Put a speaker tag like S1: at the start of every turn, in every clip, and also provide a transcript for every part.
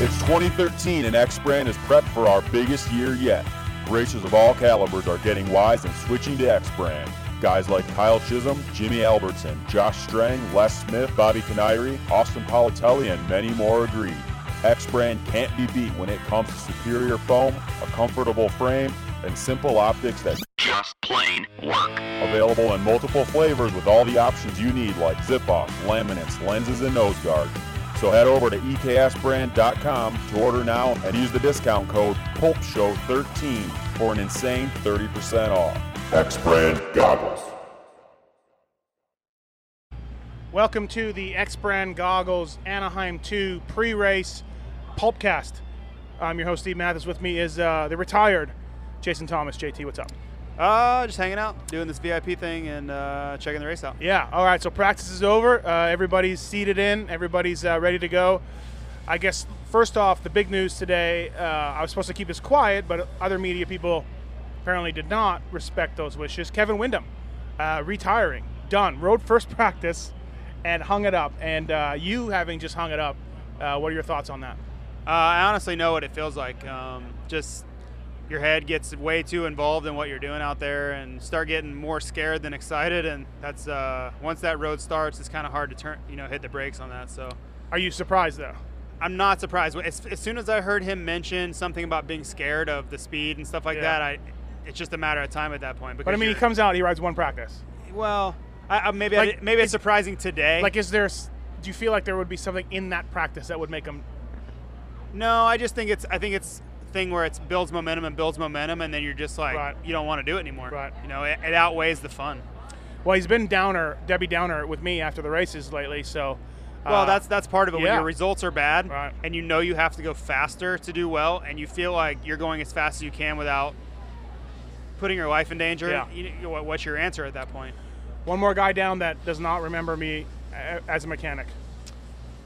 S1: It's 2013 and X Brand is prepped for our biggest year yet. Racers of all calibers are getting wise and switching to X Brand. Guys like Kyle Chisholm, Jimmy Albertson, Josh Strang, Les Smith, Bobby Canary, Austin Politelli, and many more agree. X Brand can't be beat when it comes to superior foam, a comfortable frame, and simple optics that
S2: just plain work.
S1: Available in multiple flavors with all the options you need like zip-off, laminates, lenses, and nose guard. So head over to E eksbrand.com to order now and use the discount code PulpShow13 for an insane 30% off. X Brand Goggles.
S3: Welcome to the X Brand Goggles Anaheim 2 pre race pulpcast. I'm your host, Steve Mathis. With me is uh, the retired Jason Thomas. JT, what's up?
S4: Uh, just hanging out, doing this VIP thing, and uh, checking the race out.
S3: Yeah, all right, so practice is over. Uh, everybody's seated in, everybody's uh, ready to go. I guess, first off, the big news today uh, I was supposed to keep this quiet, but other media people apparently did not respect those wishes. Kevin Windham, uh, retiring, done, rode first practice and hung it up. And uh, you having just hung it up, uh, what are your thoughts on that?
S4: Uh, I honestly know what it feels like. Um, just your head gets way too involved in what you're doing out there, and start getting more scared than excited. And that's uh, once that road starts, it's kind of hard to turn, you know, hit the brakes on that. So
S3: Are you surprised, though?
S4: I'm not surprised. As, as soon as I heard him mention something about being scared of the speed and stuff like
S3: Yeah.
S4: that, I it's just a matter of time at that point.
S3: But I
S4: because
S3: mean, he
S4: you're-
S3: comes out, he rides one practice.
S4: well. I, I, maybe I
S3: Like,
S4: did- maybe it's surprising today.
S3: Like, is there? s- Do you feel like there would be something in that practice that would make him?
S4: No, I just think it's I think it's a thing where it builds momentum and builds momentum, and then you're just like
S3: Right.
S4: you don't want to do it anymore.
S3: Right.
S4: You know, it, it outweighs the fun.
S3: Well, he's been downer, Debbie Downer, with me after the races lately. So, uh,
S4: Well, that's that's part of it. When
S3: yeah.
S4: your results are bad,
S3: Right.
S4: and you know you have to go faster to do well, and you feel like you're going as fast as you can without putting your life in danger.
S3: Yeah.
S4: You, you- what- what's your answer at that point?
S3: one more guy down that does not remember me a- as a mechanic.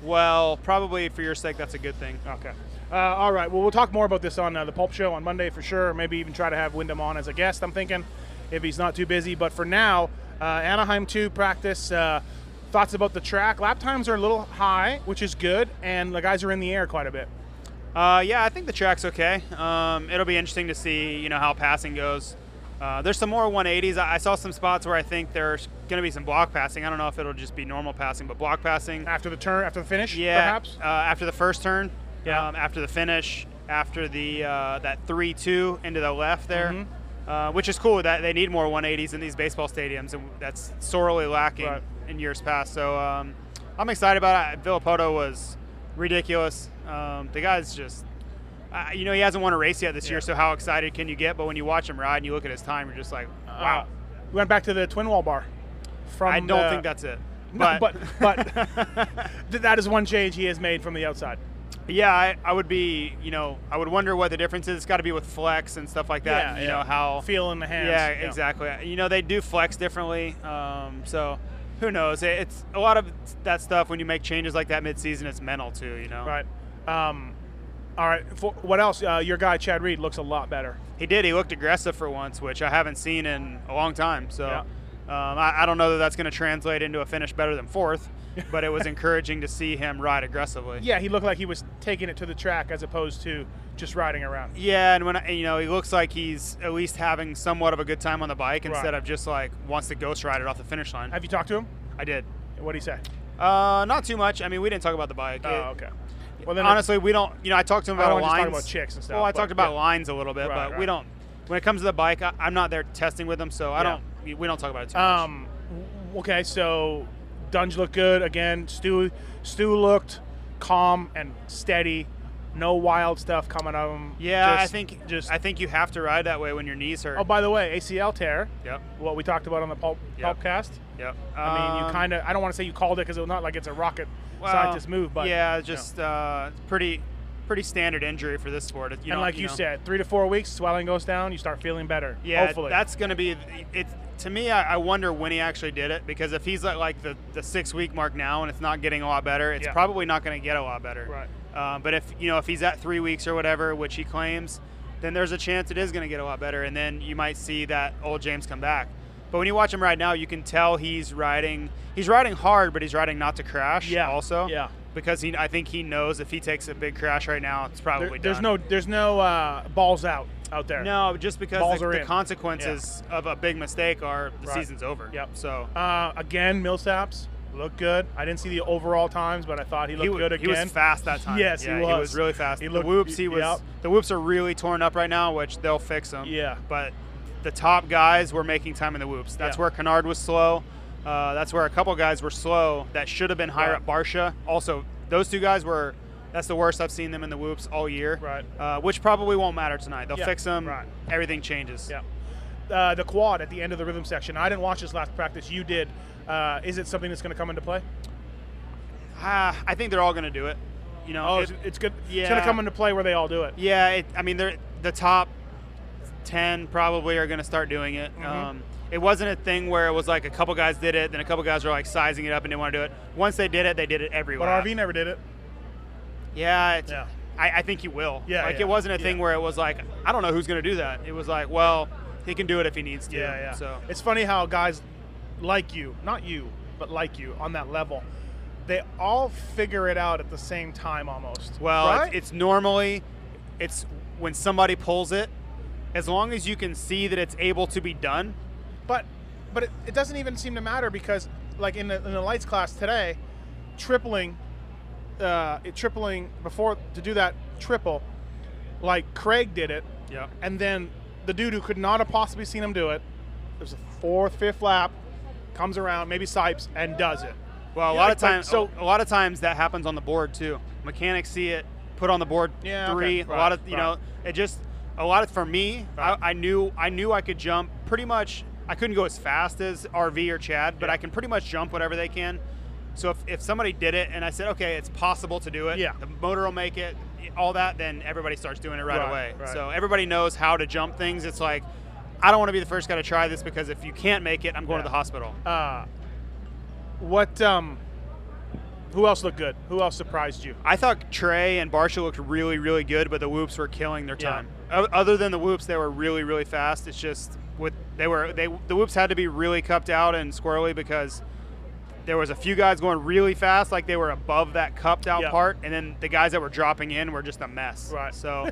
S4: Well, probably for your sake, that's a good thing.
S3: Okay. Uh, all right. Well, we'll talk more about this on uh, the Pulp Show on Monday for sure. Maybe even try to have Wyndham on as a guest. I'm thinking, if he's not too busy. But for now, uh, Anaheim two practice. Uh, thoughts about the track? Lap times are a little high, which is good, and the guys are in the air quite a bit.
S4: Uh, yeah, I think the track's okay. Um, it'll be interesting to see, you know, how passing goes. Uh, there's some more 180s. I, I saw some spots where I think there's going to be some block passing. I don't know if it'll just be normal passing, but block passing.
S3: After the turn, after the finish,
S4: Yeah,
S3: perhaps.
S4: Uh, after the first turn,
S3: Yeah.
S4: um, after the finish, after the uh, that 3-2 into the left there,
S3: Mm-hmm.
S4: uh, which is cool. That they need more 180s in these baseball stadiums, and that's sorely lacking
S3: Right.
S4: in years past. So um, I'm excited about it. Villapoto was ridiculous. Um, the guy's just. Uh, you know he hasn't won a race yet this
S3: Yeah.
S4: year, so how excited can you get? But when you watch him ride and you look at his time, you're just like,
S3: Wow.
S4: wow.
S3: We went back to the twin wall bar. Uh, From
S4: I don't
S3: the-
S4: think that's it.
S3: No, but but th- that is one change he has made from the outside.
S4: Yeah, I, I would be, you know, I would wonder what the difference is. It's got to be with flex and stuff like that.
S3: Yeah,
S4: and, you
S3: yeah.
S4: know how
S3: Feel in the hands.
S4: Yeah,
S3: Yeah.
S4: exactly. You know, they do flex differently. Um, so who knows? It- It's a lot of that stuff when you make changes like that mid-season. It's mental too. You know.
S3: Right. Um, all right. For, what else? Uh, your guy Chad Reed looks a lot better.
S4: He did. He looked aggressive for once, which I haven't seen in a long time. So. Um, I, I don't know that that's going to translate into a finish better than fourth, but it was encouraging to see him ride aggressively.
S3: Yeah, he looked like he was taking it to the track as opposed to just riding around.
S4: Yeah, and when I, you know he looks like he's at least having somewhat of a good time on the bike
S3: Right.
S4: instead of just like wants to ghost ride it off the finish line.
S3: Have you talked to him?
S4: I did.
S3: What did he say?
S4: Uh, not too much. I mean, we didn't talk about the bike. It-
S3: Oh, okay. Well, then
S4: honestly, we don't. You know, I talked to him
S3: I
S4: about
S3: don't wanna just
S4: lines.
S3: talk about chicks and stuff,
S4: Well, I
S3: but-
S4: talked about
S3: yeah.
S4: lines a little bit,
S3: Right,
S4: but
S3: right.
S4: we don't. When it comes to the bike, I, I'm not there testing with him, so I
S3: Yeah.
S4: don't. we- We don't talk about it too much.
S3: Um, w- okay, so Dunge looked good again. Stu, Stu looked calm and steady. No wild stuff coming out of him.
S4: Yeah,
S3: Just-
S4: I think
S3: just.
S4: I think you have to ride that way when your knees hurt.
S3: oh, by the way, ACL tear.
S4: Yep.
S3: What we talked about on the pulp
S4: Yep.
S3: pulpcast.
S4: Yep.
S3: I mean, you
S4: Um,
S3: kind of. I don't want to say you called it because it's not like it's a rocket scientist move, but
S4: yeah,
S3: you know.
S4: just uh, pretty pretty standard injury for this sport. You
S3: and
S4: know,
S3: like you,
S4: know.
S3: said, three to four weeks, swelling goes down, you start feeling better.
S4: Yeah,
S3: hopefully.
S4: that's going to be. It to me, I, I wonder when he actually did it because if he's at like the, the six week mark now and it's not getting a lot better, it's
S3: Yeah.
S4: probably not going to get a lot better.
S3: Right.
S4: Uh, but if you know if he's at three weeks or whatever, which he claims, then there's a chance it is going to get a lot better, and then you might see that old James come back. But when you watch him right now, you can tell he's riding. He's riding hard, but he's riding not to crash.
S3: yeah.
S4: Also.
S3: yeah.
S4: because he, I think he knows if he takes a big crash right now, it's probably
S3: There- there's
S4: done.
S3: no there's no uh, balls out out there.
S4: No, just because
S3: Balls
S4: the,
S3: are
S4: the
S3: in.
S4: consequences of a big mistake are the
S3: Right.
S4: season's over.
S3: Yep.
S4: So
S3: Uh, again, Millsaps looked good. I didn't see the overall times, but I thought he looked
S4: he, wa-
S3: good
S4: he
S3: again.
S4: was fast that time.
S3: Yes, he
S4: yeah,
S3: was.
S4: really fast.
S3: He
S4: the
S3: looked-
S4: whoops, he was.
S3: yep.
S4: The whoops are really torn up right now, which they'll fix them.
S3: Yeah.
S4: But the top guys were making time in the whoops. That's
S3: Yeah.
S4: where Kennard was slow. Uh, that's where a couple guys were slow that should have been higher
S3: Right.
S4: up. Barsha also. Those two guys were. That's the worst I've seen them in the whoops all year.
S3: Right.
S4: Uh, which probably won't matter tonight. They'll
S3: Yeah,
S4: fix them.
S3: right.
S4: Everything changes.
S3: Yeah. Uh, the quad at the end of the rhythm section. I didn't watch this last practice. You did. Uh, is it something that's going to come into play?
S4: Ah, I think they're all going to do it. You know.
S3: Oh,
S4: it-
S3: it's, it's good. It's going
S4: yeah.
S3: to come into play where they all do it.
S4: Yeah, it, I mean, they're, the top 10 probably are going to start doing it.
S3: Mm-hmm.
S4: Um, it wasn't a thing where it was like a couple guys did it, then a couple guys were like sizing it up and didn't want to do it. Once they did it, they did it
S3: But
S4: everywhere.
S3: RV never did it.
S4: yeah, it's,
S3: Yeah.
S4: I, I think he will.
S3: Yeah,
S4: like
S3: yeah,
S4: it wasn't a thing
S3: yeah.
S4: where it was like, I don't know who's going to do that. It was like, well, he can do it if he needs to.
S3: Yeah, yeah.
S4: So
S3: It's funny how guys like you, not you, but like you on that level, they all figure it out at the same time almost.
S4: Well,
S3: right?
S4: it's, it's normally it's when somebody pulls it. As long as you can see that it's able to be done,
S3: But but it, it doesn't even seem to matter because like in the, in the lights class today, tripling, uh, it tripling before to do that triple, like Craig did it,
S4: yeah,
S3: and then the dude who could not have possibly seen him do it, there's a fourth fifth lap, comes around maybe Sipes and does it.
S4: Well, a
S3: Yeah,
S4: lot of
S3: it's like-
S4: times,
S3: so-
S4: a lot of times that happens on the board too. Mechanics see it, put on the board
S3: Yeah, okay,
S4: three.
S3: right,
S4: a lot of you
S3: right.
S4: know, it just a lot of for me.
S3: Right.
S4: I, I knew I knew I could jump pretty much. I couldn't go as fast as RV or Chad, but
S3: Yeah.
S4: I can pretty much jump whatever they can. So if, if somebody did it and I said, okay, it's possible to do it,
S3: Yeah.
S4: the motor will make it, all that, then everybody starts doing it right,
S3: Right,
S4: away.
S3: right.
S4: So everybody knows how to jump things. It's like, I don't want to be the first guy to try this because if you can't make it, I'm going
S3: Yeah.
S4: to the hospital.
S3: Uh, what um, who else looked good? Who else surprised you?
S4: I thought Trey and Barsha looked really, really good, but the whoops were killing their
S3: Yeah.
S4: time. O- Other than the whoops, they were really, really fast. It's just with they were they the whoops had to be really cupped out and squirrely because there was a few guys going really fast, like they were above that cupped out
S3: Yeah.
S4: part, and then the guys that were dropping in were just a mess.
S3: Right.
S4: So,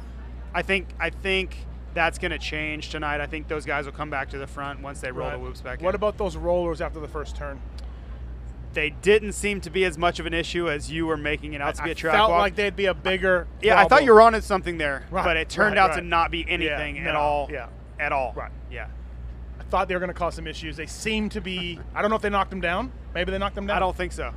S4: I think I think that's going to change tonight. I think those guys will come back to the front once they roll the whoops back.
S3: What
S4: in.
S3: about those rollers after the first turn?
S4: they didn't seem to be as much of an issue as you were making it out to be
S3: I
S4: a track
S3: felt
S4: walk.
S3: like they'd be a bigger.
S4: Yeah, I thought
S3: problem.
S4: you were onto something there,
S3: Right,
S4: but it turned
S3: right,
S4: out to
S3: right.
S4: not be anything
S3: Yeah,
S4: at
S3: no,
S4: all.
S3: yeah.
S4: at all.
S3: Right.
S4: Yeah.
S3: I thought they were going to cause some issues. They seem to be. I don't know if they knocked them down. Maybe they knocked them down.
S4: I don't think so. I
S3: They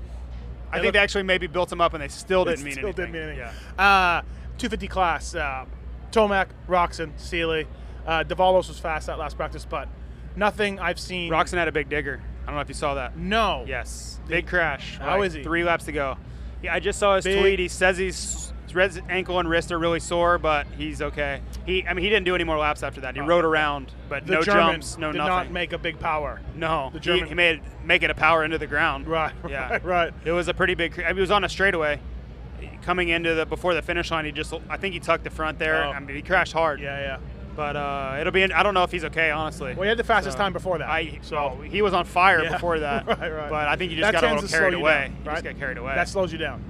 S4: think they
S3: look-
S4: actually maybe built them up, and they still didn't mean
S3: Still
S4: anything.
S3: didn't mean anything.
S4: Yeah.
S3: Uh, 250 class. Uh, Tomac, Roxon, Sealy, uh, Davalos was fast that last practice, but nothing I've seen.
S4: Roxon had a big digger. I don't know if you saw that.
S3: No.
S4: Yes. Big crash.
S3: How
S4: like
S3: is he?
S4: Three laps to go. Yeah, I just saw his
S3: Big-
S4: tweet. He says he's his res- ankle and wrist are really sore, but he's okay. He, I mean, he didn't do any more laps after that. He
S3: Oh.
S4: rode around, but
S3: The
S4: no
S3: German
S4: jumps, no
S3: did
S4: nothing.
S3: not make a big power.
S4: no,
S3: the
S4: He-
S3: German-
S4: He, made make it a power into the ground.
S3: Right.
S4: Yeah.
S3: Right. Right.
S4: It was a pretty big. cr- I mean, it was on a straightaway. Coming into the before the finish line, he just I think he tucked the front there.
S3: Oh.
S4: I mean, he crashed hard.
S3: Yeah. Yeah.
S4: But uh, it'll be. I don't know if he's okay, honestly.
S3: Well, he had the fastest
S4: So,
S3: time before that.
S4: I
S3: so
S4: so he was on fire
S3: Yeah.
S4: before that.
S3: Right, right.
S4: But I think he just
S3: That
S4: got a
S3: tends
S4: little
S3: to slow
S4: carried
S3: you
S4: away.
S3: down,
S4: He
S3: right?
S4: just got carried away.
S3: that slows you down.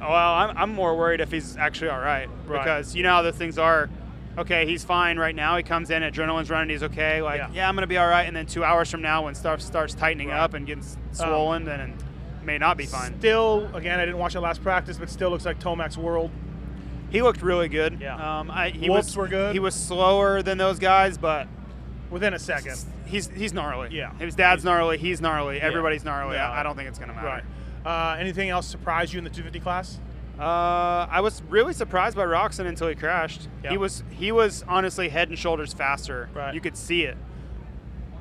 S4: well, I'm, I'm more worried if he's actually all right,
S3: Right.
S4: because you know how those things are. Okay, he's fine right now. He comes in, adrenaline's running, he's okay. Like,
S3: Yeah.
S4: yeah, I'm gonna be all right. And then two hours from now, when stuff starts tightening
S3: Right. Oh.
S4: up and getting s- swollen, then it may not be fine.
S3: Still, again, I didn't watch the last practice, but still looks like Tomac's world.
S4: He looked really good.
S3: Yeah.
S4: Um, I, he
S3: Whoops
S4: was,
S3: were good.
S4: He was slower than those guys, but
S3: Within a second.
S4: he's he's gnarly.
S3: Yeah.
S4: His dad's gnarly. He's gnarly. Everybody's gnarly.
S3: Yeah.
S4: I, I don't think it's gonna
S3: Right.
S4: matter.
S3: Uh, anything else surprised you in the 250 class?
S4: Uh, I was really surprised by Roxon until he crashed.
S3: Yeah.
S4: He was he was honestly head and shoulders faster.
S3: Right.
S4: You could see it.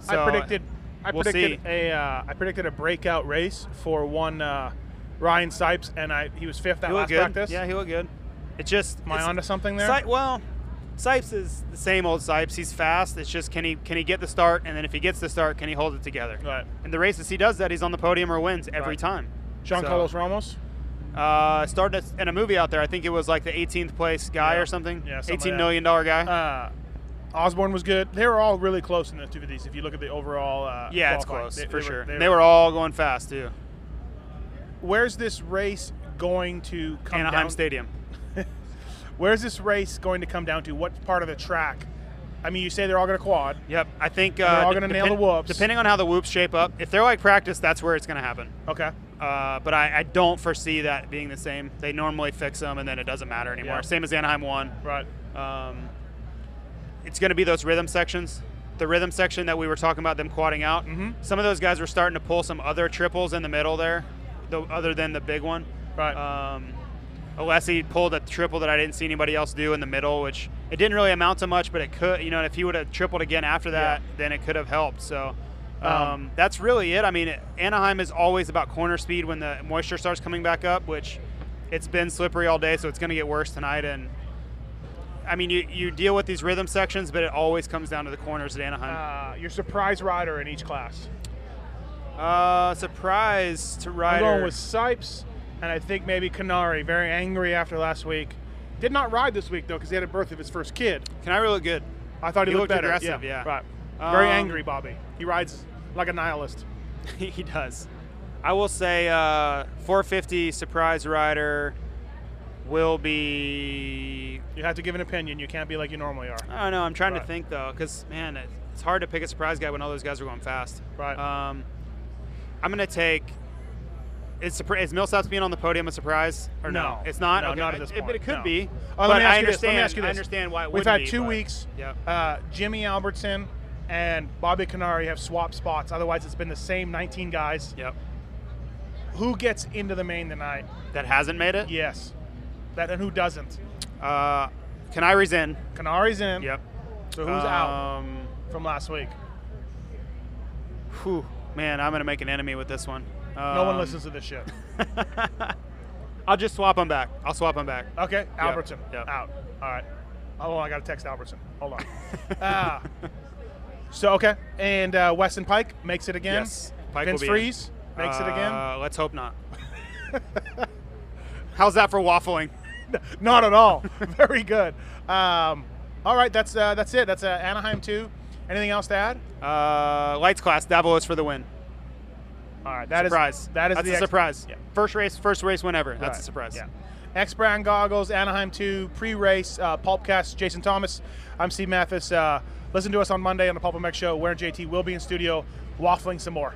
S3: I
S4: So,
S3: predicted. I
S4: we'll
S3: predicted
S4: see.
S3: a. Uh, I predicted a breakout race for one uh, Ryan Sipes, and I he was fifth that
S4: He
S3: last
S4: looked good.
S3: practice.
S4: Yeah, he looked good. It's just
S3: Am I
S4: it's-
S3: onto something there?
S4: Si- well, Sipes is the same old Sipes. He's fast. It's just can he can he get the start, and then if he gets the start, can he hold it together?
S3: Right.
S4: And the races he does that, he's on the podium or wins every
S3: Right.
S4: time.
S3: Jean
S4: So,
S3: Carlos Ramos.
S4: uh, started in a movie out there. I think it was like the 18th place guy
S3: Yeah.
S4: or something.
S3: Yeah, something like
S4: $18
S3: that.
S4: million dollar guy.
S3: Uh, Osborne was good. They were all really close in the 250s. If you look at the overall. Uh,
S4: yeah, it's
S3: qualifying.
S4: close
S3: They-
S4: for
S3: they
S4: sure.
S3: Were,
S4: they were all going fast too.
S3: Where's this race going to come
S4: Anaheim
S3: down?
S4: Stadium.
S3: Where's this race going to come down to? What part of the track? I mean, you say they're all going to quad.
S4: Yep. I think uh,
S3: they're all
S4: de-
S3: gonna nail the whoops.
S4: Depending on how the whoops shape up, if they're like practice, that's where it's going to happen.
S3: Okay.
S4: Uh, but I, I don't foresee that being the same. They normally fix them, and then it doesn't matter anymore.
S3: Yeah.
S4: Same as Anaheim one.
S3: Right.
S4: Um, it's going to be those rhythm sections. The rhythm section that we were talking about them quadding out.
S3: Mhm.
S4: Some of those guys were starting to pull some other triples in the middle there, though, other than the big one.
S3: Right.
S4: Um, Alessi pulled a triple that I didn't see anybody else do in the middle, which it didn't really amount to much, but it could, you know, if he would have tripled again after that, then it could have helped. So um,
S3: Um,
S4: that's really it. I mean, Anaheim is always about corner speed when the moisture starts coming back up, which it's been slippery all day, so it's going to get worse tonight. And I mean, you, you deal with these rhythm sections, but it always comes down to the corners at Anaheim.
S3: Uh, your surprise rider in each class.
S4: Uh, surprise to Ryder.
S3: I'm going with Sipes, and I think maybe Canary. Very angry after last week. Did not ride this week though because he had a birth of his first kid.
S4: Can I really good?
S3: I thought he,
S4: He
S3: looked,
S4: looked
S3: better.
S4: aggressive, yeah.
S3: Right. Very
S4: Um,
S3: angry, Bobby. He rides like a nihilist.
S4: he does. I will say uh, 450 surprise rider will be.
S3: You have to give an opinion. You can't be like you normally are.
S4: I don't know. I'm trying
S3: Right.
S4: to think though, because man, it- it's hard to pick a surprise guy when all those guys are going fast.
S3: Right.
S4: Um, I'm gonna take. Is, surpri- is Millsaps being on the podium a surprise or no?
S3: No.
S4: It's not.
S3: No,
S4: Okay.
S3: not at this
S4: It- But
S3: point,
S4: it could
S3: no.
S4: be.
S3: Oh, let
S4: but
S3: me ask
S4: I
S3: you this,
S4: understand.
S3: let me ask you
S4: I
S3: this.
S4: understand why it
S3: We've
S4: would
S3: had
S4: be,
S3: two
S4: but-
S3: weeks.
S4: Yeah.
S3: Uh, Jimmy Albertson and Bobby Canary have swapped spots. Otherwise, it's been the same 19 guys.
S4: Yep.
S3: Who gets into the main tonight?
S4: That hasn't made it.
S3: Yes. That and who doesn't?
S4: Uh, Canary's in.
S3: Canary's in.
S4: Yep.
S3: So who's out
S4: Um,
S3: from last week?
S4: Whew, man, I'm gonna make an enemy with this one.
S3: No one
S4: Um,
S3: listens to this shit.
S4: I'll just swap them back. I'll swap them back.
S3: Okay, Albertson
S4: yep.
S3: out. All right. Oh, I got to text Albertson. Hold on. Ah. so okay, and uh, Weston Pike makes it again.
S4: Yes, Pike will
S3: Vince
S4: be in.
S3: Freeze makes it again.
S4: Uh, Let's hope not. How's that for waffling?
S3: Not at all. Very good. Um, all right, that's uh, that's it. That's uh, Anaheim two. Anything else to add?
S4: Uh, lights class, Davos for the win.
S3: All right, that is
S4: surprise.
S3: that is
S4: That's
S3: the
S4: a
S3: ex-
S4: surprise.
S3: Yeah.
S4: First race, first race win ever. That's
S3: Right,
S4: a surprise.
S3: Yeah. X Brown Goggles, Anaheim 2, pre race, uh, Pulpcast, Jason Thomas. I'm Steve Mathis. Uh, listen to us on Monday on the Pulp MX Show, where JT will be in studio waffling some more.